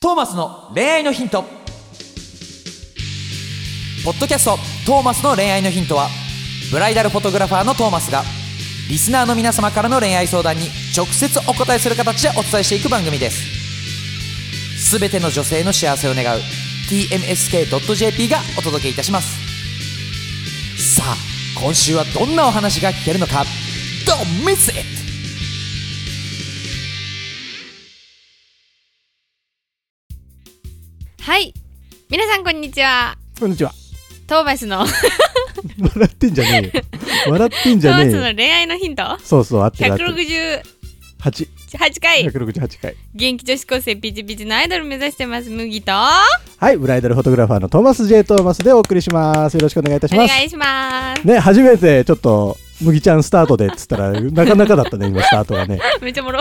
トーマスの恋愛のヒントポッドキャスト「トーマスの恋愛のヒントは」ブライダルフォトグラファーのトーマスがリスナーの皆様からの恋愛相談に直接お答えする形でお伝えしていく番組ですすべての女性の幸せを願う tmsk.jp がお届けいたしますさあ今週はどんなお話が聞けるのか Don't miss it! はい皆さんこんにちはこんにちは。トーマスのト笑ってんじゃねえよ。笑ってんじーゃマねスえ よ。の恋愛のヒントそうそう、合ってる合ってる。 168 8、回168回。元気女子高生ピチピチのアイドル目指してます麦とはい、ブライダルフォトグラファーのトーマス J トーマスでお送りします。よろしくお願いいたしおます。願いし ますね、初めてちょっと、麦ちゃんスタートでっつった ら、なかなかだったね、今スタートがね。 めっちゃおもろ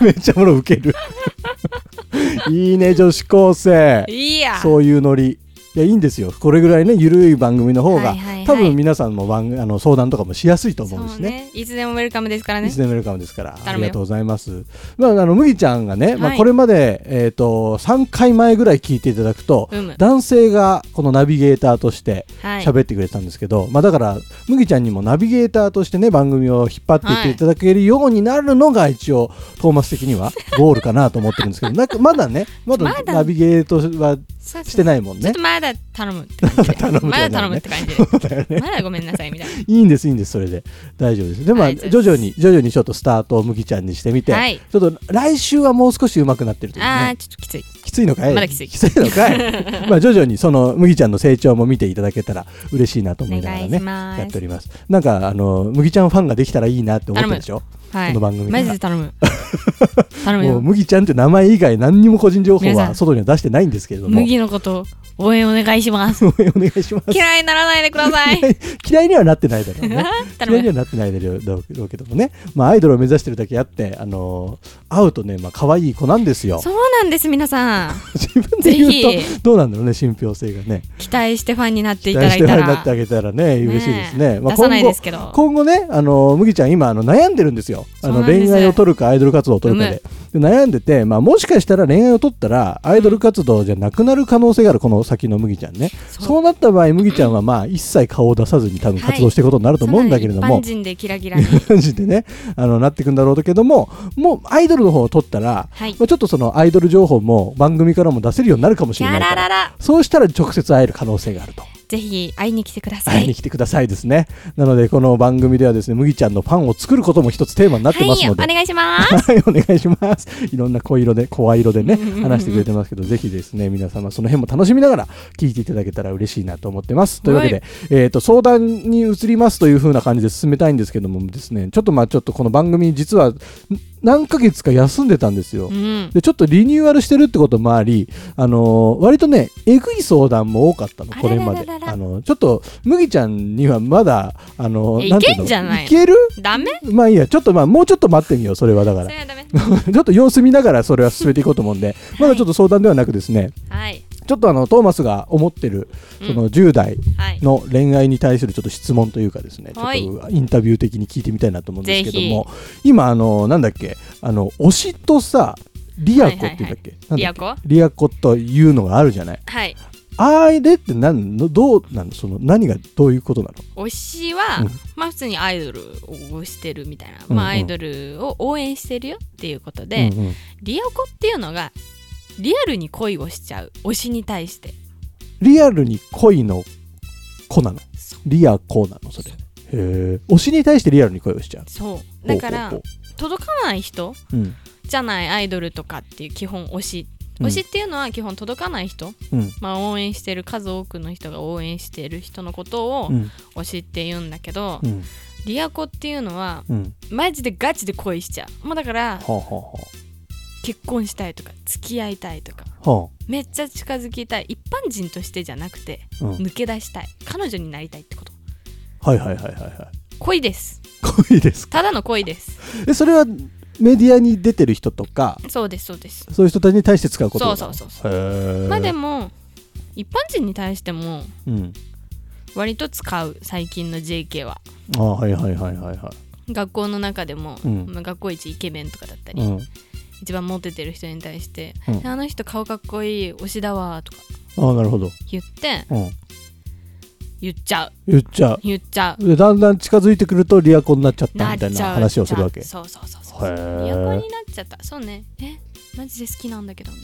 めっちゃもろウケる。 いいね、女子高生。いいやそういうノリ。いや、いいんですよ。これぐらいね、ゆるい番組の方が、はいはいはい多分皆さんも番あの相談とかもしやすいと思うんでそすうね。ねいつでもウェルカムですからいねつでもウェルカムですから、あ頼むよりがとうございます。まあ、あの麦ちゃんがね、まはあ、いこれまで、えっ、と、3回前ぐらい聞いていただくと。うむ男性がこのナビゲーターとしてはい喋ってくれてたんですけど、まあだから麦ちゃんにもナビゲーターとしてね番組を引っ張っていっていただけるようになるのが一応トーマス的 にはゴールかなと思ってるんですけどなんかまだねままだだナビゲートはそうそうしてないもんちょっねと。まだ頼むって感じで 頼むじゃまなだいね頼むって感じでまだごめんなさいみたい いいんですいいんですそれで大丈夫ですでも、まはあい徐々に徐々にちょっとスタートを麦ちゃんにしてみて、はいちょっと来週はもう少し上手くなってると思うなあーねちょっときついきついのかいまだきついのか いまあ徐々にその麦ちゃんの成長も見ていただけたら嬉しいなと思いながらお願いねしますやっておりますなんかあの麦ちゃんファンができたらいいなって思ってるでしょはいこの番組かマらジで頼む頼む もうよ麦ちゃんって名前以外何にも個人情報皆さんは外には出してないんですけれども麦のこと応援お願いし ます応 援お願いします嫌いにならないでください嫌いにはな ってないだろうね頼嫌いにむはなってないだろうだろうけどもね、まあ、アイドルを目指してるだけあって、あのー会うとね、まあ可愛い子なんですよ。そうなんです皆さん 自分で言ぜうと、どうなんだろうね、信憑性がね。期待してファンになってい期ただ待いしてたないらなってあげたらね、嬉しいですね。えま出あ、さ今ない後です、けど今後ね、あのー、麦ちゃん、今、あの悩んでるんですよ。あそうのなんです恋愛を取るか、アイドル活動を取るかで。で悩んでて、まあ、もしかしたら恋愛を取ったら、アイドル活動じゃなくなる可能性がある、この先の麦ちゃんね。そうそうなった場合、麦ちゃんは、まあ、一切顔を出さずに、多分活動していくことになると思うんだけれども。一般 人でキラキラに感じでねあのなっていくんだろうけどももうアイドルの方を取ったら、はいまあ、ちょっとそのアイドル情報も番組からも出せるようになるかもしキれなャいラかラらラそうしたら直接会える可能性があると。ぜひ会いに来てくださ会いにい来てくださいですね。なので、この番組ではですね、麦ちゃんのファンを作ることも一つテーマになってはますいのおで、願いしますはい、お願いします。いろんな濃い色で、声色でね、話してくれてますけど、ぜひですね、皆様、その辺も楽しみながら、聞いていただけたら嬉しいなと思ってます。というわけで、はえっ、と、相談に移りますという風な感じで進めたいんですけどもですね、ちょっとまあ、ちょっとこの番組、実は、ん何ヶ月か休んでたんですよう。 んでちょっとリニューアルしてるってこともあり、あのー割とね、えぐい相談も多かったの、これまあらららで。ららあのちょっと、麦ちゃんにはまだ、あのいーなんてうのいけんじゃないいけるダメまあいいや、ちょっとまあ、もうちょっと待ってみよう、それはだかそられ。はダメ ちょっと様子見ながらそれは進めていこうと思うんで、まだちょっと相談ではなくですね、はいちょっとあのトーマスが思ってるうんその10代はいの恋愛に対するちょっと質問というかですね、はいちょっとインタビュー的に聞いてみたいなと思うんですけども、今あのなんだっけ、あの推しとさ、リアコっていうんだっけ、なんリだアっけコリアコというのがあるじゃない。はいあれって何のどうなのその何がどういうことなの？推しは、うんまあ普通にアイドルを推してるみたいな、うんうんまあアイドルを応援してるよっていうことで、うんうんリアコっていうのがリアルに恋をしちゃう推しに対してリアルに恋の子なのそう。リアコなのそれ。へえ。推しに対してリアルに恋をしちゃう。そうだからほうほ届かない人うほううんじゃないアイドルとかっていう基本推しうん推しっていうのは基本届かない人、うんまあ、応援してる数多くの人が応援してる人のことをうん推しって言うんだけど、うんリアコっていうのはうんマジでガチで恋しちゃうもうだからはあはあは結婚したいとか付き合いたいとかあはめっちゃ近づきたい一般人としてじゃなくてあうん抜け出したい彼女になりたいってことはいはいはいはいは恋ですい。恋ですか。ただの恋です えそれはメディアに出てる人とかそうですそうですそういう人たちに対して使うことそうそうそうそう。へえ。まあでも一般人に対してもうん。割と使う最近の JK はあはいはいはいはいは学校の中でも、うんまあ学校一イケメンとかだったい。り、うん一番モテてる人に対して「うんあの人顔かっこいい推しだわ」とかああなるほど、言ってうん、言っちゃう言っちゃ言っちゃううでだんだん近づいてくるとリアコになっちゃったなっみちたゃいうな話をするわけそうそうそうそうへー都になっちゃったそうねえマジで好きなんだけどみた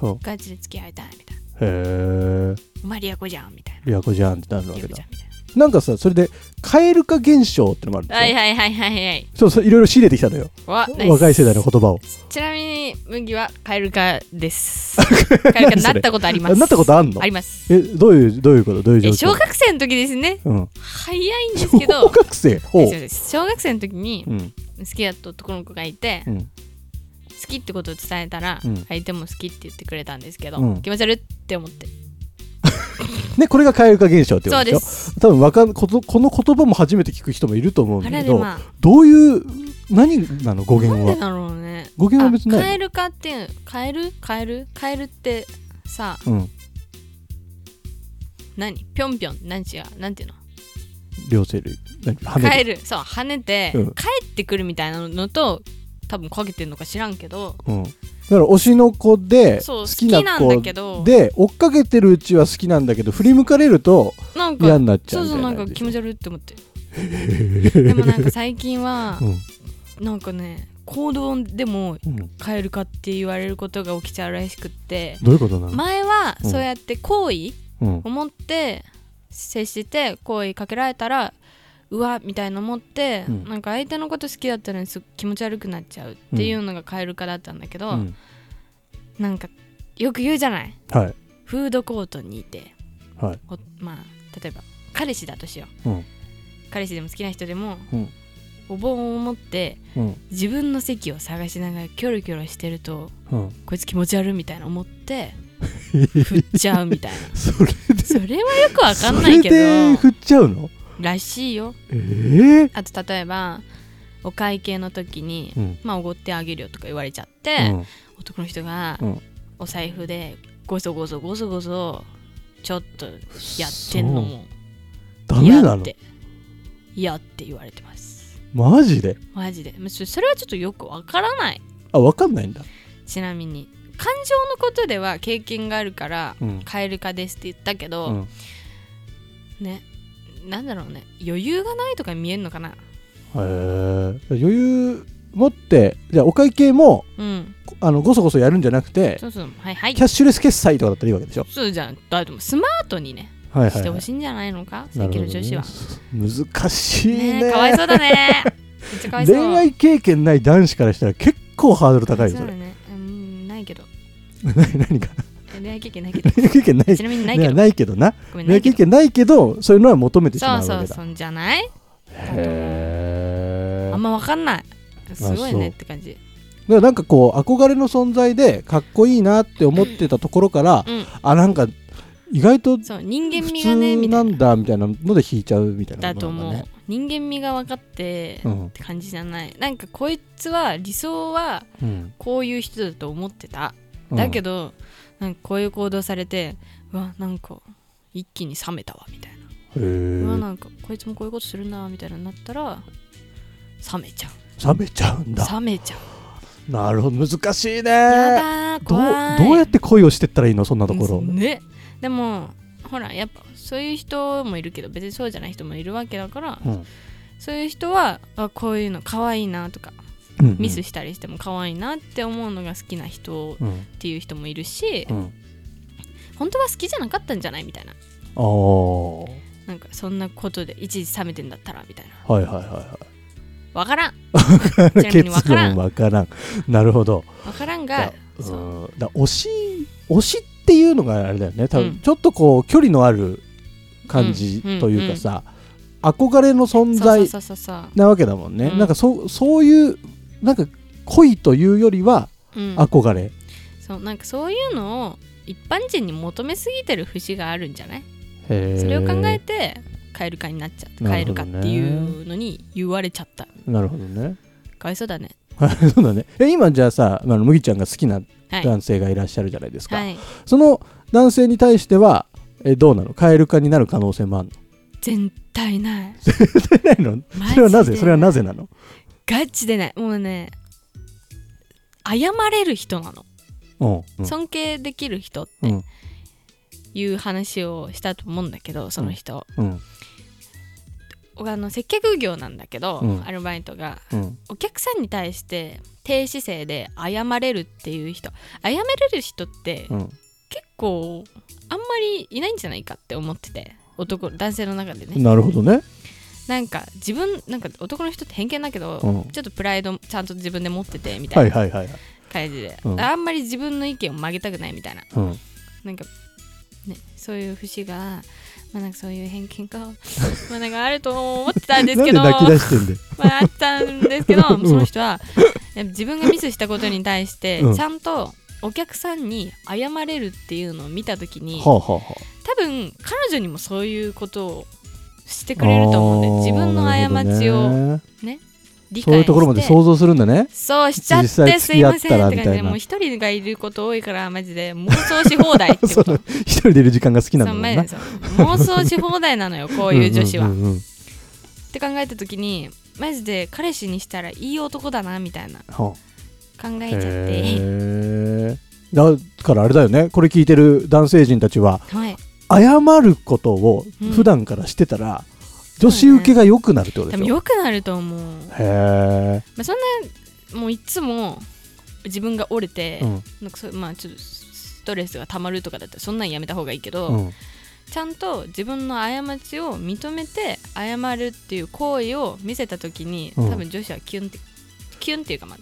いなうんガチで付き合いたいみたいなへえお前リアコじゃんみたいなリアコじゃんってなるわリけアコじだゃんみたいなんかさそれで蛙化現象ってのもあるんでなすよ、はいはいはいはいはいそうそういろいろ仕入れてきたのよわナイス若い世代の言葉をちなみに麦はカエル化です カエル化になったことありますなったことあんのありますえどういうどういうことどういう状え小況学生の時ですねうん早いんですけ小 ど学生ほうそうです小学生の時にうん好きだった男の子がいて、うん好きってことを伝えたら、うん相手も好きって言ってくれたんですけど、うん気持ち悪いって思ってねこれが蛙化現象って言そううんででしょす多分わかんこのこの言葉も初めて聞く人もいると思うんあだらでけど、まあどういう何なの語なん源ではだろうね語源は別にあなカいエル化っていうカエルカエルカエルってさうん何ぴょんぴょん何違うなんていうの両生類何跳ねるカエルそう跳ねて、うん帰ってくるみたいなのと多分かけてんのか知らんけどうん、だから推しの子でそう好好ききなな子んだけどで追っかけてるうちは好きなんだけど振り向かれるとなんか嫌になっちそゃううみそたういななん感かじ気持ち悪いって思 ってでもなんか最近はう、んなんかね行動でもうん変えるかって言われることが起きちゃうらしくってどういうことなの、前はうんそうやって好意うんを持って接して好意かけられたらうわみたいな思って、うんなんか相手のこと好きだったのにす気持ち悪くなっちゃうっていうのが変えるかだったんだけど、うんなんかよく言うじゃないはいフードコートにいてはいおまあ例えば彼氏だとしよう、うん彼氏でも好きな人でも、うんお盆を持ってうん自分の席を探しながらキョロキョロしてると うんこいつ気持ち悪いみたいな思って振っちゃうみ たいなそれでそれはよくわかんそないれけでど振っちゃうのらしいよええあと例えばお会計の時に、うんまあおごってあげるよとか言われちゃって、うん男の人がうんお財布でごそごそごそごそちょっとやってんのもダメな嫌っのて嫌って言われてますマジでマジでまあそそれはちょっとよくわからないあわかんないんだちなみに感情のことでは経験があるからうん「カエル化です」って言ったけど、うんねなんだろうね余裕がないとか見えるのかなへー余裕持ってじゃあお会計もうんこあのごそごそやるんじゃなくてそうそうはいはいキャッシュレス決済とかだったらいいわけでしょそうじゃんだってもうスマートにねはいしてほしいんじゃないのか、最な近るほのど女ね子は難しいねねえかわいそうだ ねめっちゃかわいそう恋愛経験ない男子からしたら結構ハードル高いよそそうだれねうんないけど 何が恋愛経験 ないけど恋愛経験ないちなみにないけどないけどなごめん恋ない愛けど経験ないけどそういうのは求めてしそまううそわうけだそんじゃないへあーんまわかんないすごいそうねって感じだからなんかこう憧れの存在でかっこいいなって思ってたところからうんあなんか意外とそう人間普味がね通みたないなんだみたいなので引いちゃうみたいだなもとのな思んう、だね人間味が分かってうっんて感じじゃない、なんかこいつは理想はうんこういう人だと思ってた、うんだけどなんかこういう行動されてうわなんか一気に冷めたわみたいな、へうわーなんかこいつもこういうことするなみたいなになったら冷めちゃう冷めちゃうんだ冷めちゃうなるほど難しいねやだーどう怖いどうやって恋をしてったらいいのそんなところ、ねでもほらやっぱそういう人もいるけど別にそうじゃない人もいるわけだから、うんそういう人はあこういうの可愛いなとかうんうんミスしたりしても可愛いなって思うのが好きな人うんっていう人もいるし、うん本当は好きじゃなかったんじゃないみたいなああはなんかそんなことで一時冷めてんだったらみたいないはいはいはわからんいちなみにわからん論わからんなるほどわからんだがうそうんだ推し推しっていうのがあれだよね多分、うんちょっとこう距離のある感じうんというかさ、憧れの存そう在そうそうそうなわけだもんね、うんなんかそうそういうなんか恋というよりはそう,、うん、憧れ、そうなんかそういうのを一般人に求めすぎてる節があるんじゃないへーそれを考えてカエル化になっちゃったなカるエほル化どっねていうのに言われちゃったなるほどね かわいそうだねそうだねえ今じゃあさあの麦ちゃんが好きなはい男性がいらっしゃるじゃないですか、はいその男性に対してはえどうなの蛙化になる可能性もあるの 全体ないないのマジでそれはなぜそれはなぜなのガチでないもうね謝れる人なのうんうん尊敬できる人っうてんいう話をしたと思うんだけどその人、うんあの接客業なんだけど、うんアルバイトがうんお客さんに対して低姿勢で謝れるっていう人謝れる人ってうん結構あんまりいないんじゃないかって思ってて男男性の中でねなるほどねなんか自分なんか男の人って偏見だけど、うんちょっとプライドちゃんと自分で持っててみたはいいなはいはいはい感じで、うんあんまり自分の意見を曲げたくないみたいなうんなんか、ね、そういう節が、まあ、なんか そういう偏見がまあなんかあると思ってたんですなんけでど泣き出してんでまああったんですけどうんその人はやっぱ自分がミスしたことに対して、うんちゃんとお客さんに謝れるっていうのを見た時にはあはあは多分彼女にもそういうことをしてくれると思うんで自分の過ちあーなるほをどね理解してそういうところまで想像するんだねそうしちゃっ実際てす付いき合まっせたんらって感じみたでいなもう一人がいること多いからマジで妄想し放題ってそことうだ一人でいる時間が好きなそのうもんマなジでそう妄想し放題な のよこういう女子は。んんうんうんって考えた時にマジで彼氏にしたらいい男だなみたいなはあ考えちゃって、へえだからあれだよねこれ聞いてる男性陣たちははい、謝ることをうん普段からしてたら、女子受けが良くなるってこ多とで分しょ、良くなると思う、まへあ、そんなもういつも自分が折れて、え、うんなんかそうまあちょっとストレスがたまるとかだったらそんなんやめた方がいいけど、うん、ちゃんと自分の過ちを認めて謝るっていう行為を見せた時に、うん多分女子はキュンってキュンっていうかまあ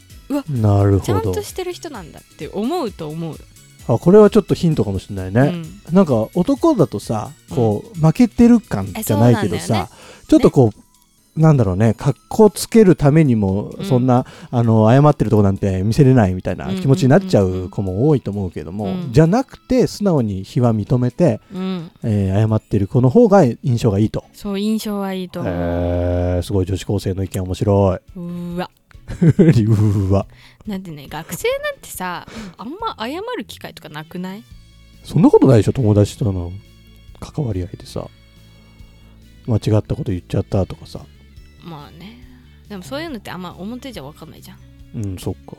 なるちゃほんどとしてる人なんだって思うと思う、あこれはちょっとヒントかもしれないうね、ん、なんか男だとさこう負けてる感じゃないけどえそうなんだよねさ、ちょっとこう、なんだろうね格好つけるためにもうんそんな、あの謝ってるとこなんて見せれないみたいな気持ちになっちゃんうんうんううんう子も多いと思うけども、うんじゃなくて素直に非は認めて、うん、えー謝ってる子の方が印象がいいと。そう印象はいいとえ思う、ー、すごい女子高生の意見面白い。う ーわうーわなんてね学生なんてさあんま謝る機会とかなくないそんなことないでしょ友達との関わり合いでさ間違ったこと言っちゃったとかさまあねでもそういうのってあんま表じゃ分かんないじゃんうんそっか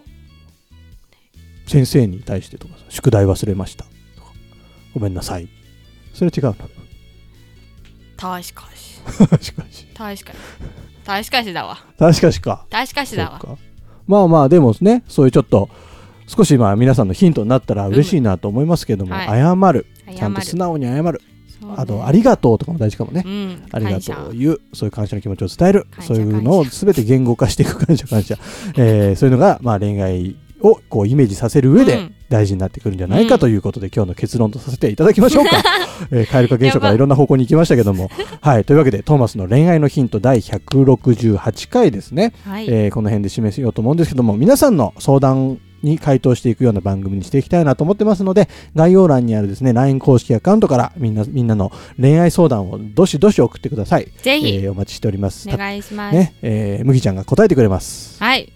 先生に対してとかさ宿題忘れましたとかごめんなさいそれは違 う確かしな確かに確かに確かしだわ確かしか確かしだわそっかまあまあでもねそういうちょっと少しまあ皆さんのヒントになったら嬉しいなと思いますけども、うんは謝る謝るちゃんと素直に謝るそうねあとありがとうとかも大事かもねうんありが感と謝うを言うそういう感謝の気持ちを伝える感謝そういうのを全て言語化していく感謝感謝、えーそういうのが、まあ、恋愛をこうイメージさせる上うでん大事になってくるんじゃないかということで、今日の結論とさせていただきましょうか、えー、蛙化現象からいろんな方向に行きましたけどもはいというわけでトーマスの恋愛のヒント第168回ですね、はい、えーこの辺で示しようと思うんですけども皆さんの相談に回答していくような番組にしていきたいなと思ってますので概要欄にあるですね LINE 公式アカウントからみんなみんなの恋愛相談をどしどし送ってください、ぜえひ、ーお待ちしておりますお願いしたます、ねえー、麦ちゃんが答えてくれますはい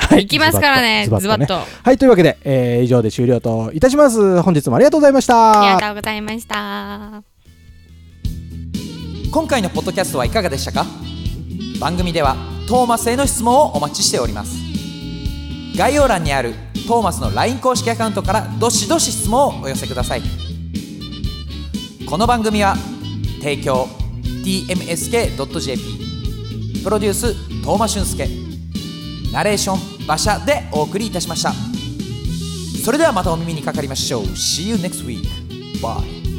はい行きますからねズズババッとッねと,、はいというわけで、えー以上で終了といたします本日もありがとうございましたありがとうございました今回のポッドキャストはいかがでしたか番組ではトーマスへの質問をお待ちしております概要欄にあるトーマスの LINE 公式アカウントからどしどし質問をお寄せくださいこの番組は提供 tmsk.jp プロデューストーマ俊介ナレーション馬車でお送りいたしましたそれではまたお耳にかかりましょう See you next week Bye